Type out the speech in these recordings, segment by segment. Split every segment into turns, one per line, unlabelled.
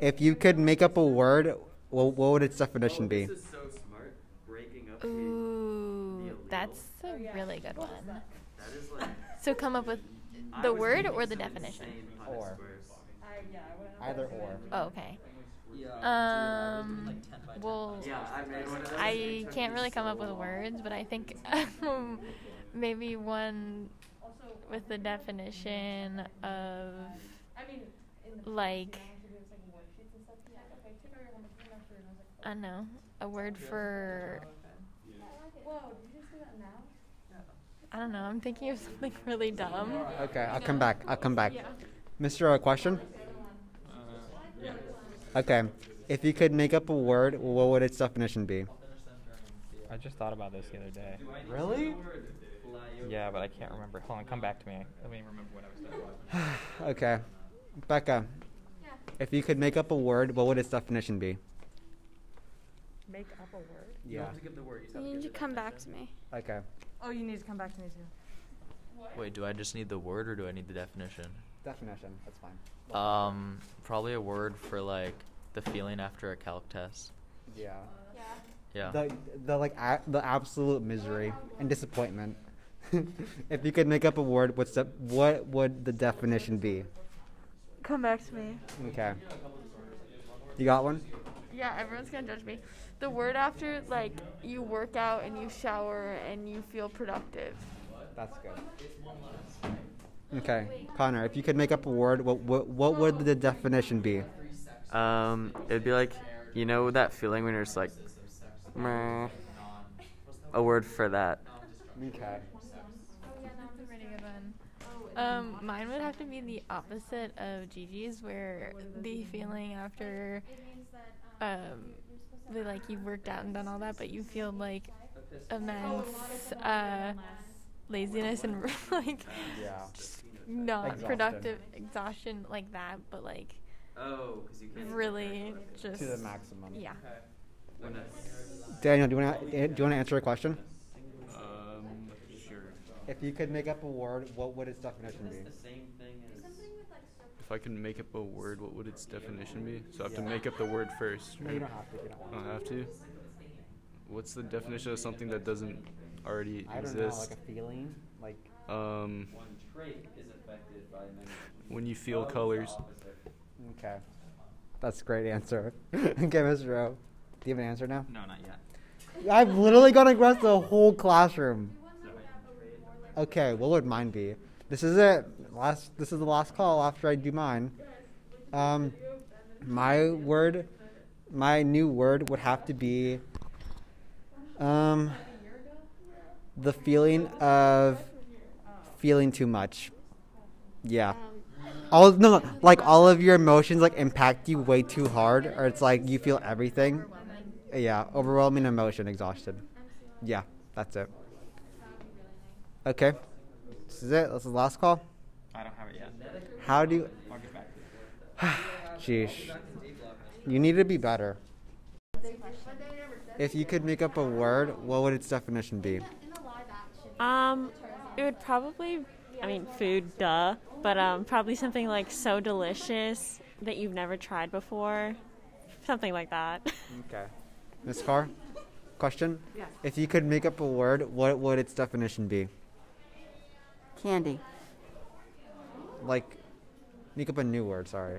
If you could make up a word, what, what would its definition be?
Oh, This is so smart. Breaking up. the-
Ooh, that's
Oh,
a really good one.
That is like.
So come up with
I
the
was
word
thinking
or the
some
definition.
insane pun
Or.
squares.
Either or.
Oh, okay.
Uh,
Um, well,
Yeah, I made one of those. It
I
took
can't
me
really come
so
up with
long.
words, but I think maybe one with the definition of like I don't know a word for I don't know. I'm thinking of something really dumb.
Okay, I'll come back. I'll come back. Mr. A question? Okay. If you could make up a word, what would its definition be?
I just thought about this the other day.
Really?
Yeah, but I can't remember. Hold on, come back to me. Let me remember what I was talking about.
Okay. Becca, if you could make up a word, what would its definition be?
Make up a word.
You don't have to give the word. You just
You
have to
need to
give the
come back to
definition.
me.
Okay.
Oh, you need to come back to me too.
Wait, do I just need the word or do I need the definition?
Definition. That's fine.
Um, probably a word for like the feeling after a calc test.
Yeah.
Yeah.
The, the like a, the absolute misery and disappointment. if you could make up a word, what's the, what would the definition be?
Come back to me.
Okay. You got one?
Yeah, everyone's gonna judge me. The word after, like, you work out and you shower and you feel productive.
That's good. Okay, Connor, if you could make up a word, what what, what would the definition be?
Um, it'd be like, you know that feeling when you're just like, meh. A word for that.
Okay.
Oh, Um, mine would have to be the opposite of Gigi's, where the feeling after, um, the, like you've worked out and done all that, but you feel like Oh, immense uh, laziness and like
Yeah.
just not
Exhausted.
productive exhaustion like that, but like
Oh, because you can't.
really just
To the maximum.
Yeah.
When it's-
Daniel, do you want to do you want to answer a question?
Um, sure.
If you could make up a word, what would its definition be?
If I could make up a word, what would its definition be? So I have to make up the word first.
No,
Right?
you don't have to. You don't
I
want
don't have to. What's the definition of something that doesn't already
to. I don't know,
exist?
like a feeling, like
Um,
One trait is affected by many.
when you feel colors.
okay. That's a great answer. okay, Mr. O, do you have an answer now?
No, not yet.
I've literally gone across the whole classroom. Okay, what would mine be? This is it. Last. This is the last call after I do mine. Um, my word, my new word would have to be, um, the feeling of feeling too much. Yeah. All no, no, like all of your emotions like impact you way too hard, or it's like you feel everything. Yeah, overwhelming emotion, exhausted. Yeah, that's it. Okay, this is it. This is the last call.
I don't have it yet.
How do?
I'll get back to you.
Sheesh. You need to be better. If you could make up a word, what would its definition be?
Um, it would probably, I mean, food, duh, but um, probably something like so delicious that you've never tried before, something like that.
Okay. Miss Carr, question.
Yeah.
If you could make up a word, what would its definition be?
Candy.
like make up a new word sorry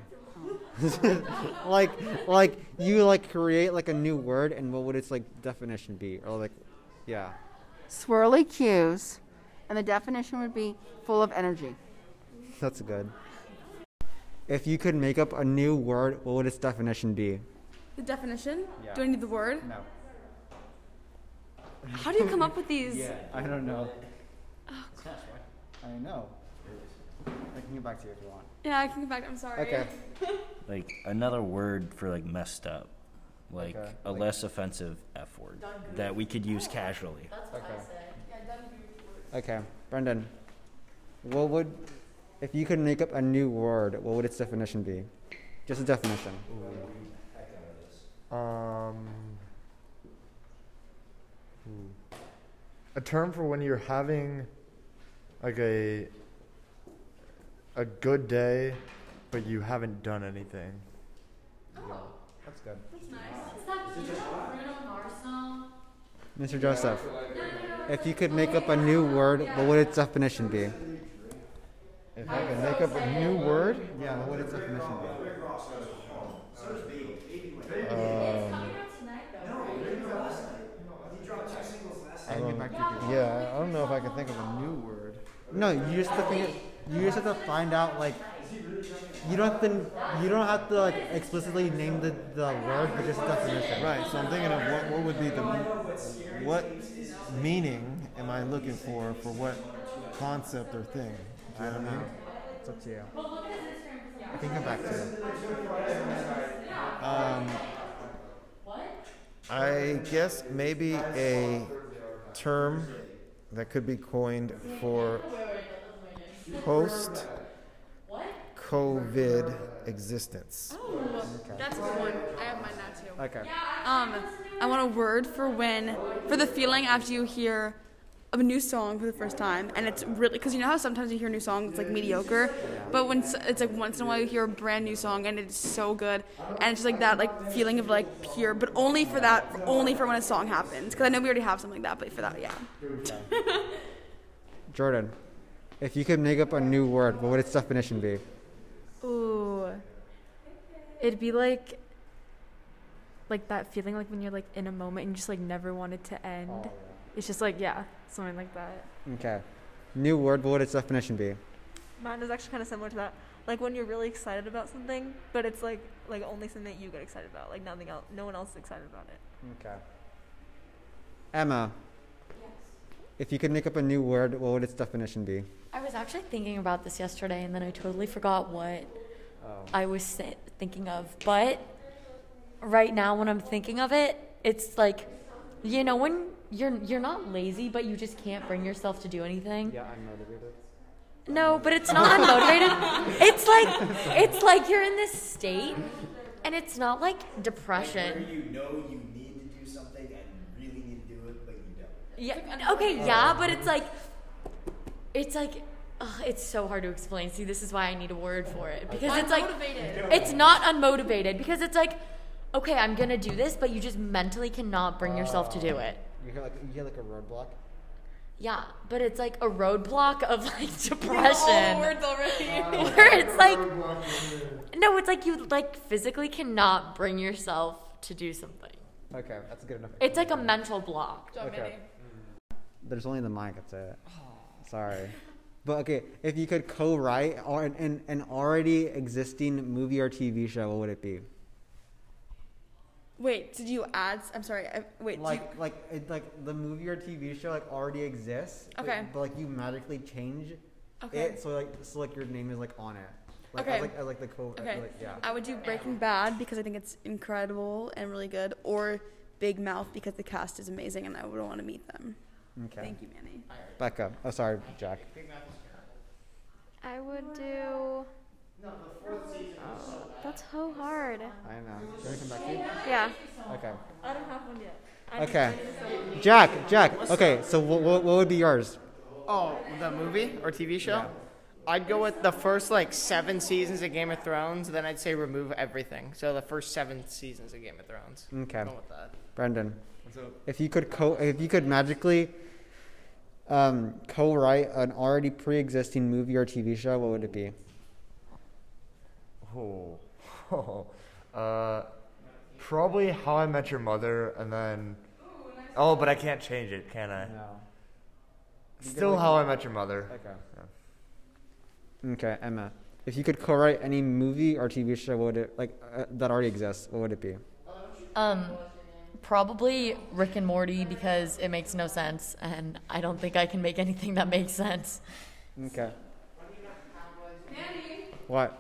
like like you like create like a new word and what would its like definition be or like yeah
Swirly cues. And the definition would be full of energy.
that's good if you could make up a new word what would its definition be
The definition?
Yeah.
Do I need the word?
no
How do you come up with these? Oh,
i don't know i know i can get back to you if you want
Yeah, I can come back. I'm sorry.
okay
Like another word for like messed up, like
Okay,
a
like-
less offensive f word that we could use casually.
okay okay brendan what would if you could make up a new word what would its definition be just a definition
Um, hmm. a term for when you're having like a a good day, but you haven't done anything. Oh, That's good.
Mr. Joseph, if you could make up a new word, what would its definition be?
If I could make up a new word?
Yeah, what would its definition be?
Um, I
And get
don't-
back to your-
yeah, I- I don't know if I can think of a new word.
No, you just have to think, you just have to find out like you don't have to you don't have to like explicitly name the, the word, but just the definition.
Right. So I'm thinking of what, what would be the what meaning am I looking for for what concept or thing? Do you
I don't
what I
know.
mean?
It's up to you. I can come back to you.
Um, I guess maybe a term that could be coined for post COVID existence.
Oh.
That's a good one. I have mine now too.
Okay.
Um, I want a word for when for the feeling after you hear of a new song for the first time, and it's really because you know how sometimes you hear a new song it's like mediocre, but when s- it's like once in a while you hear a brand new song and it's so good, and it's just like that like feeling of like pure, but only for that, only for when a song happens. Because I know we already have something like that, but for that, yeah.
Jordan, if you could make up a new word, what would its definition be?
Ooh. It'd be like like that feeling like when you're like in a moment and you just like never want it to end. It's just like yeah, something like that.
Okay. New word, what would its definition be?
Mine is actually kind of similar to that. Like when you're really excited about something, but it's like like only something that you get excited about. Like nothing else. No one else is excited about it.
Okay. Emma. If you could make up a new word, what would its definition be?
I was actually thinking about this yesterday, and then I totally forgot what I was si- thinking of. But right now, when I'm thinking of it, it's like, you know, when you're you're not lazy, but you just can't bring yourself to do anything.
Yeah, I'm motivated.
No, but it's not unmotivated. It's like it's like you're in this state, and it's not like depression.
Where you know you need to do something and really need to do it, but you don't.
Yeah. Okay. Yeah, but it's like, it's like, ugh, it's so hard to explain. See, this is why I need a word for it because it's like,
Unmotivated.
it's not unmotivated because it's like, okay, I'm gonna do this, but you just mentally cannot bring yourself to do it.
You hear like you hear like a roadblock?
Yeah, but it's like a roadblock of like depression.
words already.
Where it's like, no, it's like you like physically cannot bring yourself to do something.
Okay, that's good enough.
It's like a mental block.
Okay. Mm. There's only the mic, that's it. Sorry. But okay, if you could co write an, an, an already existing movie or TV show, what would it be?
Wait, did you add? s- I'm sorry. I, wait, did
Like, like, it, like the movie or TV show like already exists. but-
Okay.
But, like you magically change
Okay.
it, so like, so like your name is like on it. Like,
Okay.
As, like, as, like the co.
Okay.
Like, yeah.
I would do Breaking Bad because I think it's incredible and really good, or Big Mouth because the cast is amazing and I would want to meet them.
Okay.
Thank you, Manny.
Becca. Oh, sorry, Jack.
I would do. Oh, that's so hard.
I know. Do you want to come back to you?
Yeah.
Okay.
I don't have one yet.
Okay. Jack, Jack. Okay, so what, what, what would be yours?
Oh, the movie or TV show? I'd go with the first like seven seasons of Game of Thrones. Then I'd say remove everything. So the first seven seasons of Game of Thrones.
Mm.
Okay.
Go with that.
Brendan.
What's up?
If you could co if you could magically um, co-write an already pre-existing movie or TV show, what would it be?
Oh. uh, probably How I Met Your Mother, and then. Oh, but I can't change it, can I? No. Still How I Met Your Mother.
Okay. Okay, Emma. If you could co-write any movie or TV show, what would it like uh, that already exists? What would it be?
Um, probably Rick and Morty because it makes no sense, and I don't think I can make anything that makes sense.
Okay. What?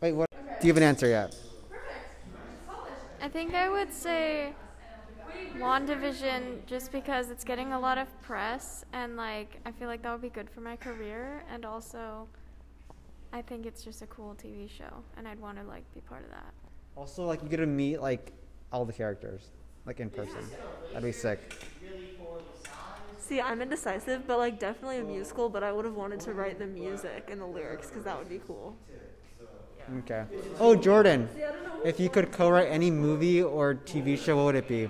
Wait, what? Do you have an answer yet?
I think I would say WandaVision just because it's getting a lot of press and like I feel like that would be good for my career and also I think it's just a cool TV show and I'd want to like be part of that.
Also, like you get to meet like all the characters, like in person. That'd be sick.
See, I'm indecisive, but like definitely a musical. But I would have wanted to write the music and the lyrics because that would be cool.
Okay. Oh, Jordan.
See, I
If you could co-write any movie or TV show, what would it be?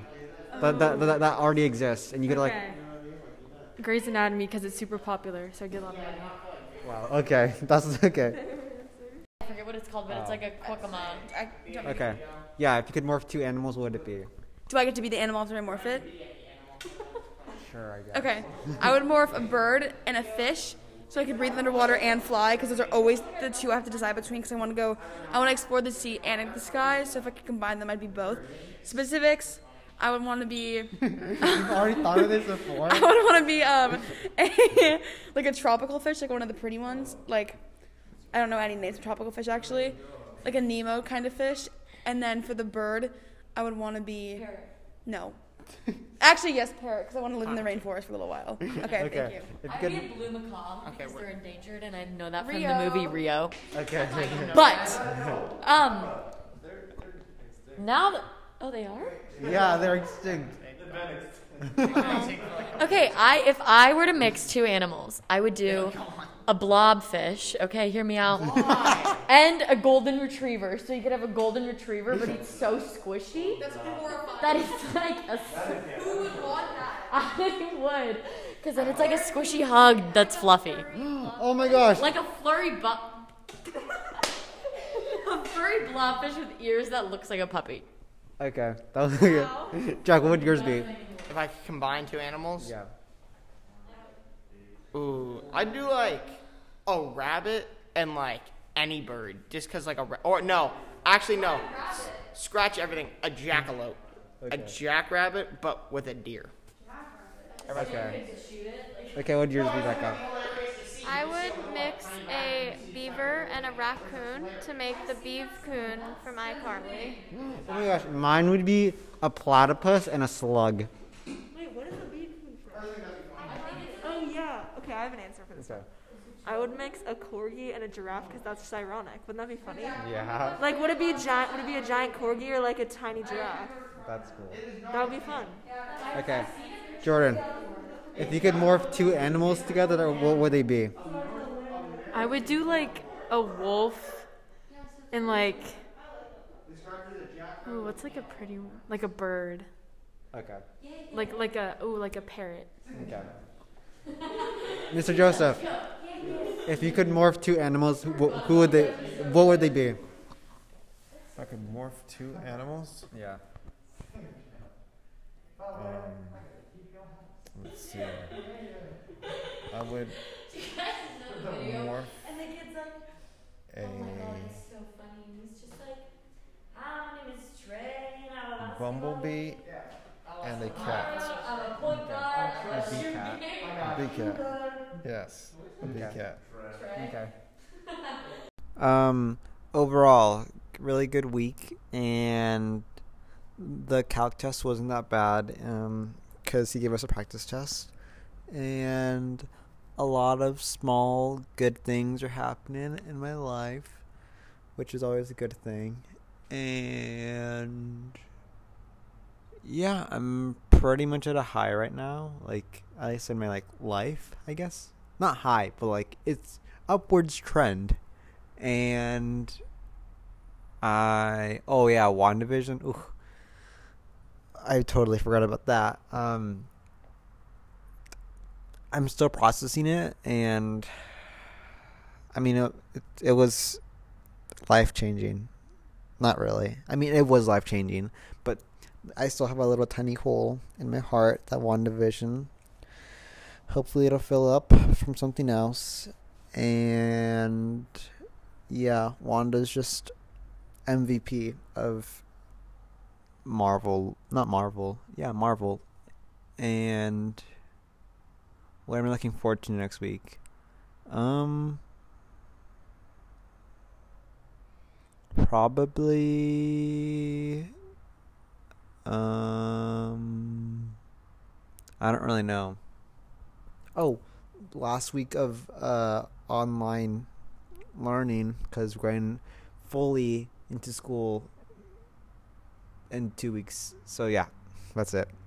That that, that, that already exists, and you could
Okay. Grey's Anatomy because it's super popular, so I get a lot of money.
like, wow, okay, that's okay.
I forget what it's called, but it's like a quackama.
Okay, yeah. If you could morph two animals, what would it be?
Do I get to be the animal after I morph it?
Sure, I guess.
Okay. I would morph a bird and a fish so I could breathe underwater and fly because those are always the two I have to decide between because I want to go, I want to explore the sea and the sky. So if I could combine them, I'd be both. Specifics, I would want to be.
You've already thought of this before.
I would want to be um, a, like a tropical fish, like one of the pretty ones. Like, I don't know any names of tropical fish actually, like a Nemo kind of fish. And then for the bird, I would want to be no. Actually, yes, parrot, because I want to live in the rainforest for a little while. Okay, thank you.
I'd be a blue macaw because they're endangered, and I know that from the
Rio.
movie Rio.
Okay.
But um, now that oh they are.
yeah, they're extinct.
Okay, I if I were to mix two animals, I would do a blobfish. Okay, hear me out. and a golden retriever. So you could have a golden retriever, but he's so squishy. That's horrifying. That is like a. Who would want that? I would, because then it's like a squishy hug that's fluffy.
oh my gosh.
Like a flurry bu- a furry blobfish with ears that looks like a puppy.
Okay, that was good. Jack, what would yours be?
If I could combine two animals?
Yeah.
Ooh, I'd do like a rabbit and like any bird, just cause like a ra- or no, actually no, S- scratch everything. A jackalope, a
Okay.
jackrabbit, but with a deer.
Okay. Okay, what would yours be, Becca?
I would mix a beaver and a raccoon to make the beeve coon for my iCarly.
Oh my gosh, mine would be a platypus and a slug.
Wait, what is the lead food for? Oh yeah. Okay, I have an answer for this
Okay.
one. I would mix a corgi and a giraffe because that's just ironic. Wouldn't that be funny?
Yeah.
Like, would it be a giant? Would it be a giant corgi or like a tiny giraffe?
That's cool.
That would be fun.
Okay, Jordan, if you could morph two animals together, then what would they be?
I would do like a wolf and like. Ooh, what's like a pretty one? Like a bird.
Okay.
Like like a ooh like a parrot.
Okay. Mr. Joseph, if you could morph two animals, who, who would they? What would they be?
If I could morph two animals?
Yeah.
Um, let's see. I would morph
And the kid's like,
a
"Oh it's so funny. And he's just like, ah, my name is Trey, and I was
bumblebee and a cat.
a point guard. I was shooting.
A big cat. Yes, a big cat.
Okay.
Um, overall, really good week, and the calc test wasn't that bad because he gave us a practice test, and a lot of small good things are happening in my life, which is always a good thing, and yeah, I'm pretty much at a high right now. Like at least in my like life, I guess. Not high, but like it's upwards trend. And I oh yeah, WandaVision. Ooh. I totally forgot about that. Um I'm still processing it and I mean it it, it was life changing. Not really. I mean it was life changing, but I still have a little tiny hole in my heart that WandaVision. Hopefully it'll fill up from something else. And yeah, Wanda's just MVP of Marvel, not Marvel. Yeah, Marvel. And what am I looking forward to next week? Um probably um I don't really know. Oh, last week of uh online learning cuz we're going fully into school in 2 weeks. So yeah, that's it.